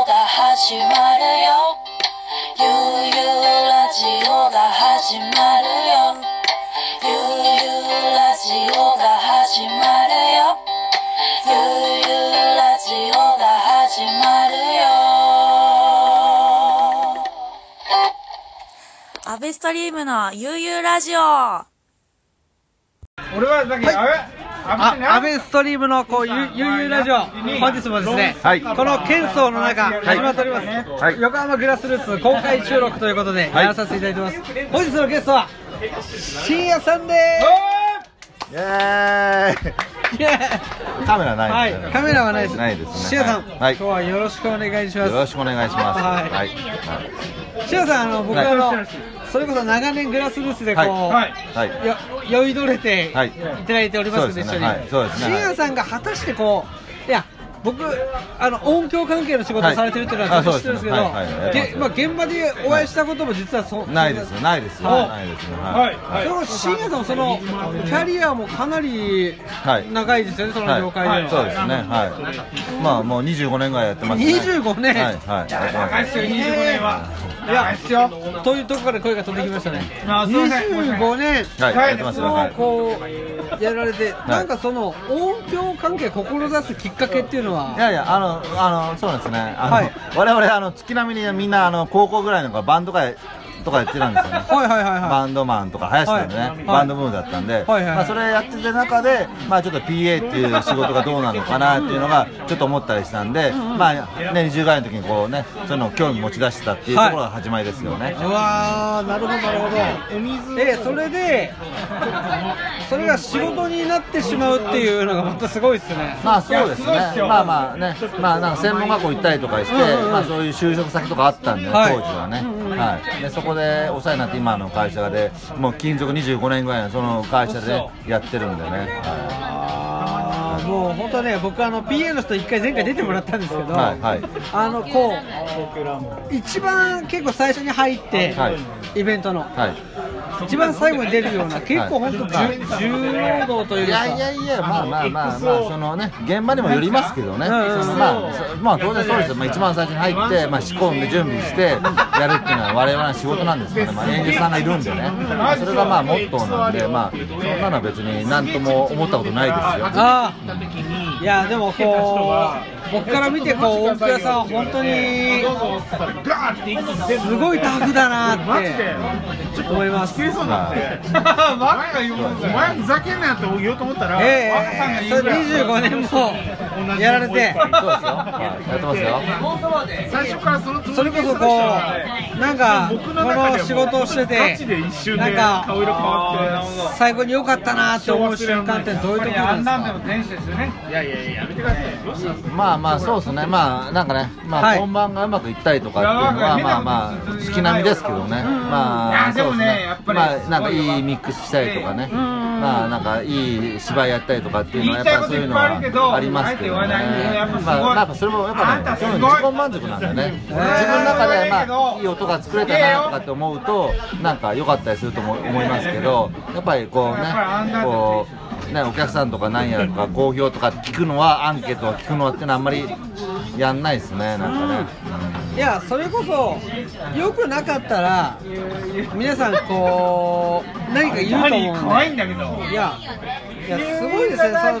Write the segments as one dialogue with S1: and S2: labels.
S1: 始まるよゆうゆうラジオが始まるよゆうゆうラジオが始まるよゆうゆうラジオが始まるよ
S2: アベストリームのゆうゆうラジオは
S3: 俺はだけ、あれ
S4: あア
S3: 安倍
S4: ベストリームのこうゆゆうゆうラジオ、本日もですね、
S5: はい
S4: この喧騒の中、
S3: はい
S4: 始まっております、
S5: はい
S4: 横浜グラスルーツ公開収録ということで、
S5: は
S4: や
S5: い
S4: らさせていただいてます、本日のゲストは、深夜さんで
S5: イエーイ
S4: す、イエ
S5: カメ
S4: ーイは
S5: ラないいですね
S4: カメラはないです、
S5: ないですね
S4: 深夜さん、
S5: は
S4: 今
S5: い
S4: 日はよろしくお願いしま
S5: よ
S4: す。
S5: ろしくお願いします
S4: はい
S5: はいは
S4: 深夜さん、あの僕はあの、
S3: はい
S4: それこそ長年グラスルーツでこう、
S3: はい
S5: いはい
S4: よ酔いどれてい
S5: はい
S4: ただいておりますので、
S5: そう
S4: 一緒に、
S5: ですねはいそうですねはい
S4: 深夜さんが果たしてこう、いや、僕、あの音響関係の仕事をされてるっていうのは
S5: はい
S4: ずっと知ってるんですけど、
S5: あそうですねはいはいやってます
S4: げまあ、現場でお会いしたことも実はそう、
S5: ないですよないですよ
S4: はい
S5: ないですね
S3: はい
S4: そ
S3: はい
S4: の深夜さんもそのキャリアもかなり
S5: はい
S4: 長いですよね、その業界で
S5: はい
S4: は。
S5: そうですねはいまあもう25年ぐらいやってますね
S4: 25年
S5: はいはいやって
S3: 長
S5: ま
S3: いっすよ25年はい
S4: や
S3: 長いっすよ
S4: というところから声が飛んできましたね。
S3: あすいません
S4: 25年
S5: すはいやってますよはい
S4: こうやられて、
S5: い
S4: なんかその音響関係志すきっかけっていうの
S5: い
S4: は、
S5: やいや、あの、あの、そうなんですね。あの、
S4: はい
S5: 我々、あの、月並みにみんな、あの、高校ぐらいの頃バンドとか、とかやってたんです よね。
S4: はいはいはいは
S5: バンドマンとか林さんでね、
S4: はいはい
S5: バンドブームだったんで、
S4: はいはい
S5: まあ、それやってた中で、まあ、ちょっと PA っていう仕事がどうなのかなっていうのがちょっと思ったりしたんで、まあね、20代の時にこうねそういうのを興味持ち出してたっていうところが始まりですよね、
S4: い。うわー、なるほどなるほど。えそれで、それが仕事になってしまうっていうのがまたすごいですね。
S5: まあそうですね
S3: いやすごいっすよ
S5: まあまあねまあなんか専門学校行ったりとかして、まあそういう就職先とかあったんで、ね
S4: はい
S5: 当時はね、はいでそこでお世話になって今の会社でもう勤続25年ぐらいのその会社でねやってるんでね、は
S4: あーもう本当ね、僕あの PA の人一回前回出てもらったんですけど、
S5: い、はいはい
S4: あのこう一番結構最初に入って、
S5: はい
S4: イベントの
S5: はい
S4: 一番最後に出るような結構本当重労働という
S5: い
S4: か。
S5: やいやいや、まあまあまあまあ、そのね、現場にもよりますけどね、
S4: うんうんうん
S5: そのまあ、そまあ当然そうですよ、まあ、一番最初に入って、まあ、仕込んで準備してやるっていうのは、我々の仕事なんですからね、まあ、演者さんがいるんでね、まあそれがまあモットーなんで、まあ、そんなのは別になんとも思ったことないですよ。
S4: ああいやでもこう僕から見てこう音符屋さんは本当に
S3: ガーって一気に全部
S4: すごいタフだなっ
S3: マジ
S4: て
S3: で
S4: 思います
S3: 消えそうになってマジか言うもんお前ふざけんなって言おうと思ったら
S4: え
S3: 若さんが
S4: え
S3: 言
S4: そうれ25年もやられて
S5: そうですよ、はい、やってますよ。
S3: 最初からそのつ
S4: そ
S3: もり
S4: れこ
S3: で
S4: そこうなんかこの仕事をして
S3: ガチで一
S4: て
S3: 瞬
S4: な
S3: で
S4: ん
S3: 顔色変
S4: か
S3: わって
S4: 最後に良かったなって思う瞬間ってどういうところなんですか
S3: 天使ですよねいやいやいややめてくださいよ
S5: まあまあそうですね、まあなんかね、まあ、
S4: はい
S5: 本番がうまくいったりとかっていうのは、
S3: いや
S5: まあま
S3: なんか変な
S5: あ、
S3: こと
S5: 月並みですけどね、ま
S3: い
S5: あ、
S3: やでもね
S5: そうす
S3: やっぱり
S5: まあなんかいいミックスしたりとかね、まあなんかいい芝居やったりとかっていうのは、やっぱりそういうのはありますけどね、
S3: 言いたいこといっぱいあるけどあえて言わないのねやっぱすごい
S5: まあまあやっぱそれもやっ
S3: あん
S5: ぱ
S3: た
S5: ね、
S3: す
S5: そ
S3: ごい
S5: ういうの自己満足なんだよね、自分の中でまあいい音が作れたなとかって思うと、なんか良かったりすると思思いますけど、やっぱりこうね
S3: やっぱりあんな、
S5: こう。ね、お客さんとかなんやらとか好評とか聞くのはアンケートを聞くのはってのはあんまりやんないですねなんかね、
S4: いやそれこそ良くなかったら皆さんこう何か言うと思うんで
S3: 何可愛いんだけど
S4: いや、いやすごいですね、その常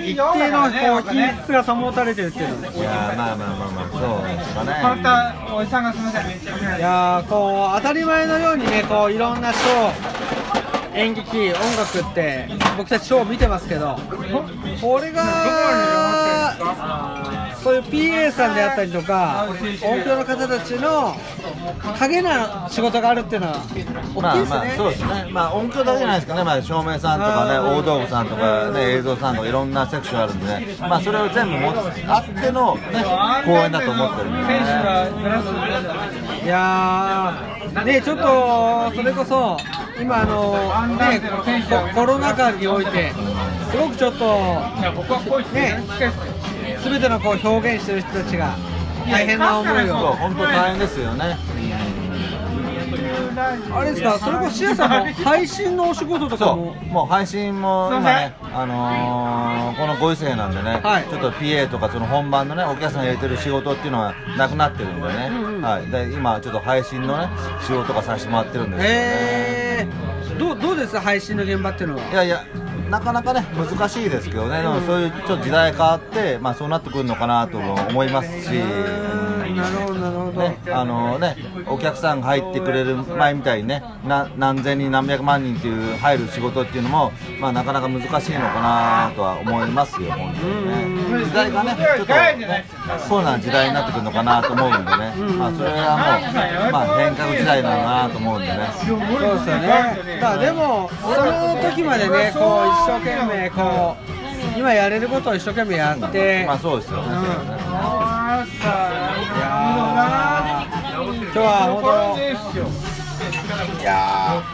S4: に一定のこう品質が保たれてるっていうの
S5: いやーまあまあまあまあそうですかね
S3: またおじさんがすみません
S4: いやーこう当たり前のようにね、こういろんなショー、演劇、音楽って、僕たちショーを見てますけど、これが、そういう PA さんであったりとか、音響の方たちの影な仕事があるっていうのは、
S5: ま
S4: 大きい
S5: あ
S4: ですね。
S5: まあそうですね、まあ、音響だけじゃないですかね、まあ、照明さんとかね、大道具さんとか、ね、映像さんとか、いろんなセクションあるんでね、まあ、それを全部持ってあっての、ね、公演だと思ってるんで、ね、
S3: 選手がずらす
S4: いやー、ね、ちょっとそれこそ、今、あのねコ、コロナ禍において、すごくちょっと、
S3: いや僕はこう言って
S4: ねすべてのこう表現してる人たちが、大変な思い
S5: そう
S4: を、
S5: 本当大変ですよね。
S3: ね
S4: あれですか、それこそシエさんも配信のお仕事とか
S5: そ
S4: も
S5: う、もう配信も今ね、あのーこのご時世なんでね、
S4: はい
S5: ちょっと PA とかその本番のね、お客さん入れてる仕事っていうのはなくなってるんでね、はい、で今ちょっと配信のね、仕事とかさせてもらってるんですけどね。
S4: えー、どうどうです配信の現場っていうのはい
S5: やいや、なかなかね、難しいですけどね、でもそういうちょっと時代変わって、まあそうなってくるのかなとも思いますし。
S4: うんなるほどなるほど、
S5: ね、あのね、お客さんが入ってくれる前みたいにね、な何千人、何百万人っていう入る仕事っていうのも、まあ、なかなか難しいのかなとは思いますよ、本当にね。時代がね、ちょっと、ね、そうな時代になってくるのかなと思うんでね、まあ、それはもう、まあ、変革時代なのかなと思うんでね。
S4: そうですよね。まあでもその時までね、こう一生懸命こう今やれることを一生懸命やって、
S5: まあそうですよね、
S4: いやー今日は
S5: い
S4: 本
S5: や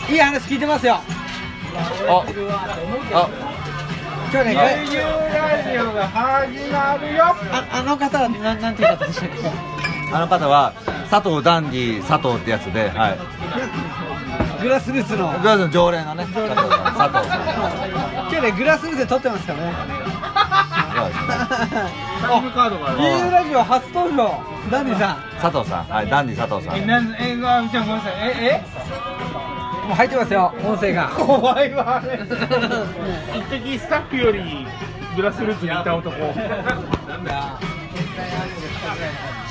S4: 当いい話聞いてますよ。
S5: ーああ
S4: 今日ね、
S3: 悠々ラジオが始まるよ
S4: ああの方はななんていう方でしたっけ？
S5: あの方は佐藤ダンディ佐藤ってやつで、はい、
S4: グラスルーツの。
S5: とりあえず常連のね佐藤さん佐藤さん
S4: 今日ねグラスルーツで撮ってますからね。
S5: そうですね
S3: タイムカードがある
S4: ビールラジオ初登場ダンディさん。
S5: 佐藤さん、はい、ダンディ佐藤さ
S3: え、
S5: ん。
S3: なんえ、あみちゃんごめんなさいえ、
S4: もう入ってますよ音声が
S3: え。怖いわあれ一滴スタッフよりグラスルーツにいた男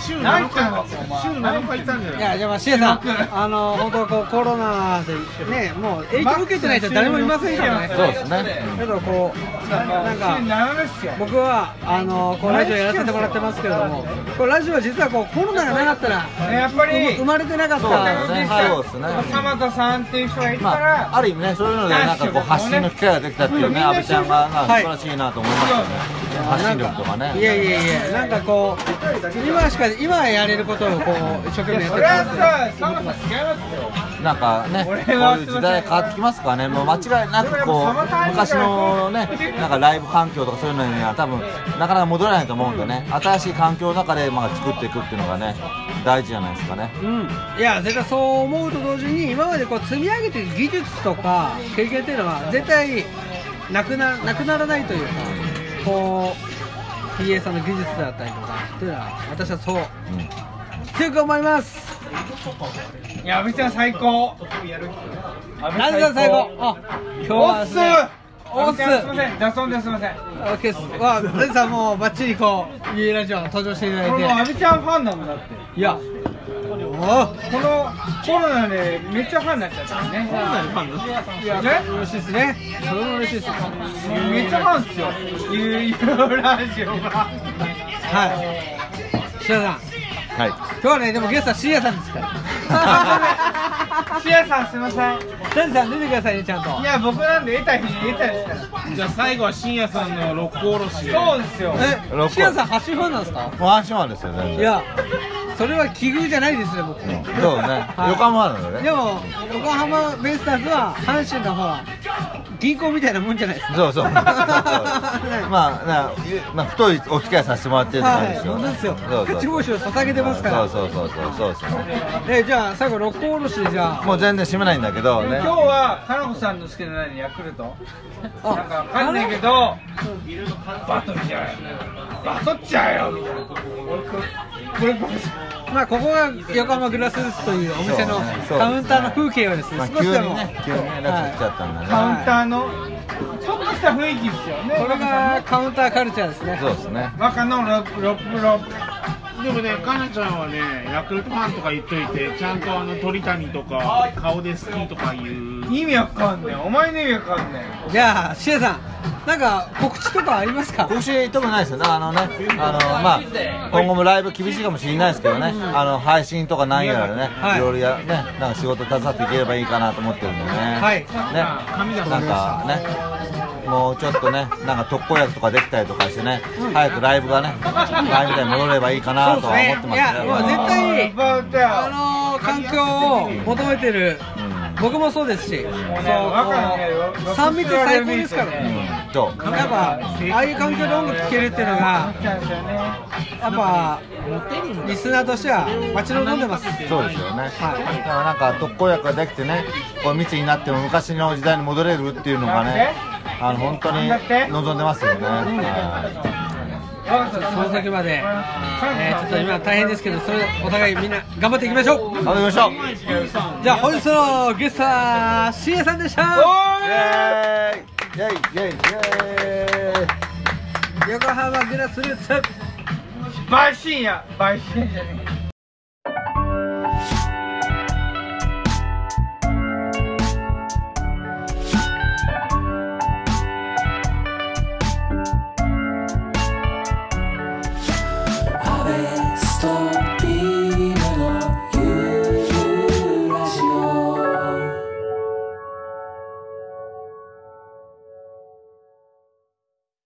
S3: 週7日週7日いたんじゃ
S4: い
S3: ない
S4: や、じゃあまあ、シエさん、あの、本当こう、コロナで、ね、もう影響受けてない人は誰もいませんからね。
S5: そうですね。
S4: けど、こう、なんか
S3: 週、7日っすよ
S4: 僕は、あの、こう、ラジオやらせてもらってますけれども。こう、ラジオは実は、こう、コロナがなかったら、
S3: ねやっぱり
S4: 生まれてなかっ
S5: そうだ
S4: た
S5: よ。ね。
S4: はい
S5: そうですね。
S3: 鎌田さんっていう人がいた
S5: ま
S3: ら、
S5: あ、ある意味ね、そういうので、なんかこう発信の機会ができたっていうね、阿部ちゃんが、まあ素晴らしいなと思いましたよね。発信力とかね。
S4: いやいやいや、なんかこう、今しか、今やれることを、こう、一生懸命やって
S3: それは
S4: ますけ
S3: さ、鎌田さん違
S4: ど。
S3: いますよ
S5: なんかね、こういう時代変わってきますからね、もう間違いなくこう、昔のね、なんかライブ環境とかそういうのには多分、なかなか戻らないと思うんでね、新しい環境の中で、まあ、作っていくっていうのがね、大事じゃないですかね。
S4: うん、いや絶対そう思うと同時に今までこう積み上げていく技術とか経験っていうのは絶対なくななくならないというかこう PA さんの技術だったりとかっていうのは私はそう
S5: うん
S4: 強く思います
S3: いや、阿部ちゃん最高
S4: なぜだ最後あ今日
S3: お
S4: は
S3: っ
S4: ですすねお
S3: 阿
S4: っ
S3: 部
S4: す
S3: ちゃんすいません、雑音ですいません
S4: オッケーですわレンさんもうバッチリこう PA ラジオ登場していた
S3: この
S4: だ
S3: 阿
S4: いて
S3: 部ちゃんファンなのだって
S4: いやおお
S3: このコロナでめっちゃファンになっちゃったからねコロナでファン
S4: いや
S3: ね
S4: 嬉しいですねそれも嬉しいです
S3: めっちゃファンっすよゆうゆうラジオが
S4: はい白田さん
S5: はい。
S4: 今日はねでもゲストはシーヤさんです から
S3: シアさんすいません
S4: ダンさん出てくださいねちゃんと
S3: いや僕なんで得た日に得たですから
S6: じゃあ最後は深夜さんの六甲おろしで
S3: そうですよ
S5: ロ
S4: え
S5: ック
S4: シアさん発信ファンなんですか
S5: もう安心はですよ、全然。
S4: いやそれは奇遇じゃないですね僕
S5: そうね、横浜あるのね。
S4: でも横浜ベイスターズは阪神のほら銀行みたいなもんじゃないですか
S5: そうそう。 ま
S4: はい
S5: あ、なゆまあ、太いお付き合いさせてもらってる感じですよ、
S4: はい本当ですよ
S5: そうそう
S4: 勝ち星を捧げてますから
S5: そうそうそうそう、そうですね。
S4: えじゃあ最後六甲おろしでじゃあ
S5: もう全然閉めないんだけどね。
S3: 今日はかなこさんの好きな何ヤクルトなんかわかんないけどバトルじゃよバトっちゃうよみたいなこれこれ
S4: まあここが横浜グラスルーツというお店の
S5: そうね
S4: カウンターの風景をですね
S5: まあ、
S4: 少し
S5: 急に
S4: でも
S5: ね、急にね、ラス来ちゃったんだね。
S3: カウンターのちょっとした雰囲気ですよね
S4: これがカウンターカルチャーですね
S5: そうですね。
S3: 若のロップロップロップ
S6: でもねかなちゃんはねヤクルトファンとか言っといてちゃんとあの鳥谷とか顔で好きとか言う
S3: 意味わかんないお前の意味わかんない
S4: じゃあシエさんなんか告知とかありますか
S5: 告知特にないですよね、あのね、あのまあ、今後もライブ厳しいかもしれないですけどね、あの配信とかなんやらでね、
S4: はい
S5: いろいろや、ね、なんか仕事携わっていければいいかなと思ってるんでね、
S4: はい
S5: ね、なんかね、もうちょっとね、なんか特効薬とかできたりとかしてね、早くライブがね、ライブで戻ればいいかなとは思ってま
S4: い
S5: す
S4: やもう絶対
S3: バー
S4: あのー環境を求めてる僕もそうですし、そうこ
S3: 若のね
S4: う3密最高ですから
S5: うん
S4: ね、
S5: と
S4: やっぱああいう環境で音楽聴けるっていうのがやっぱリスナーとしては待ち望んでます
S5: そうですよね、だからなんか特効薬ができてねこう密になっても昔の時代に戻れるっていうのがねあの本当に望んでますよね、はい
S4: その先まで、えーちょっと今大変ですけどそれお互いみんな頑張っていきましょう
S5: 頑張りましょう
S4: じゃあ本日のゲストは CA さんでした
S5: イェイイェイイェイイェイ
S4: 横浜グラスルーツ
S3: バイシンやバイシンじゃねえ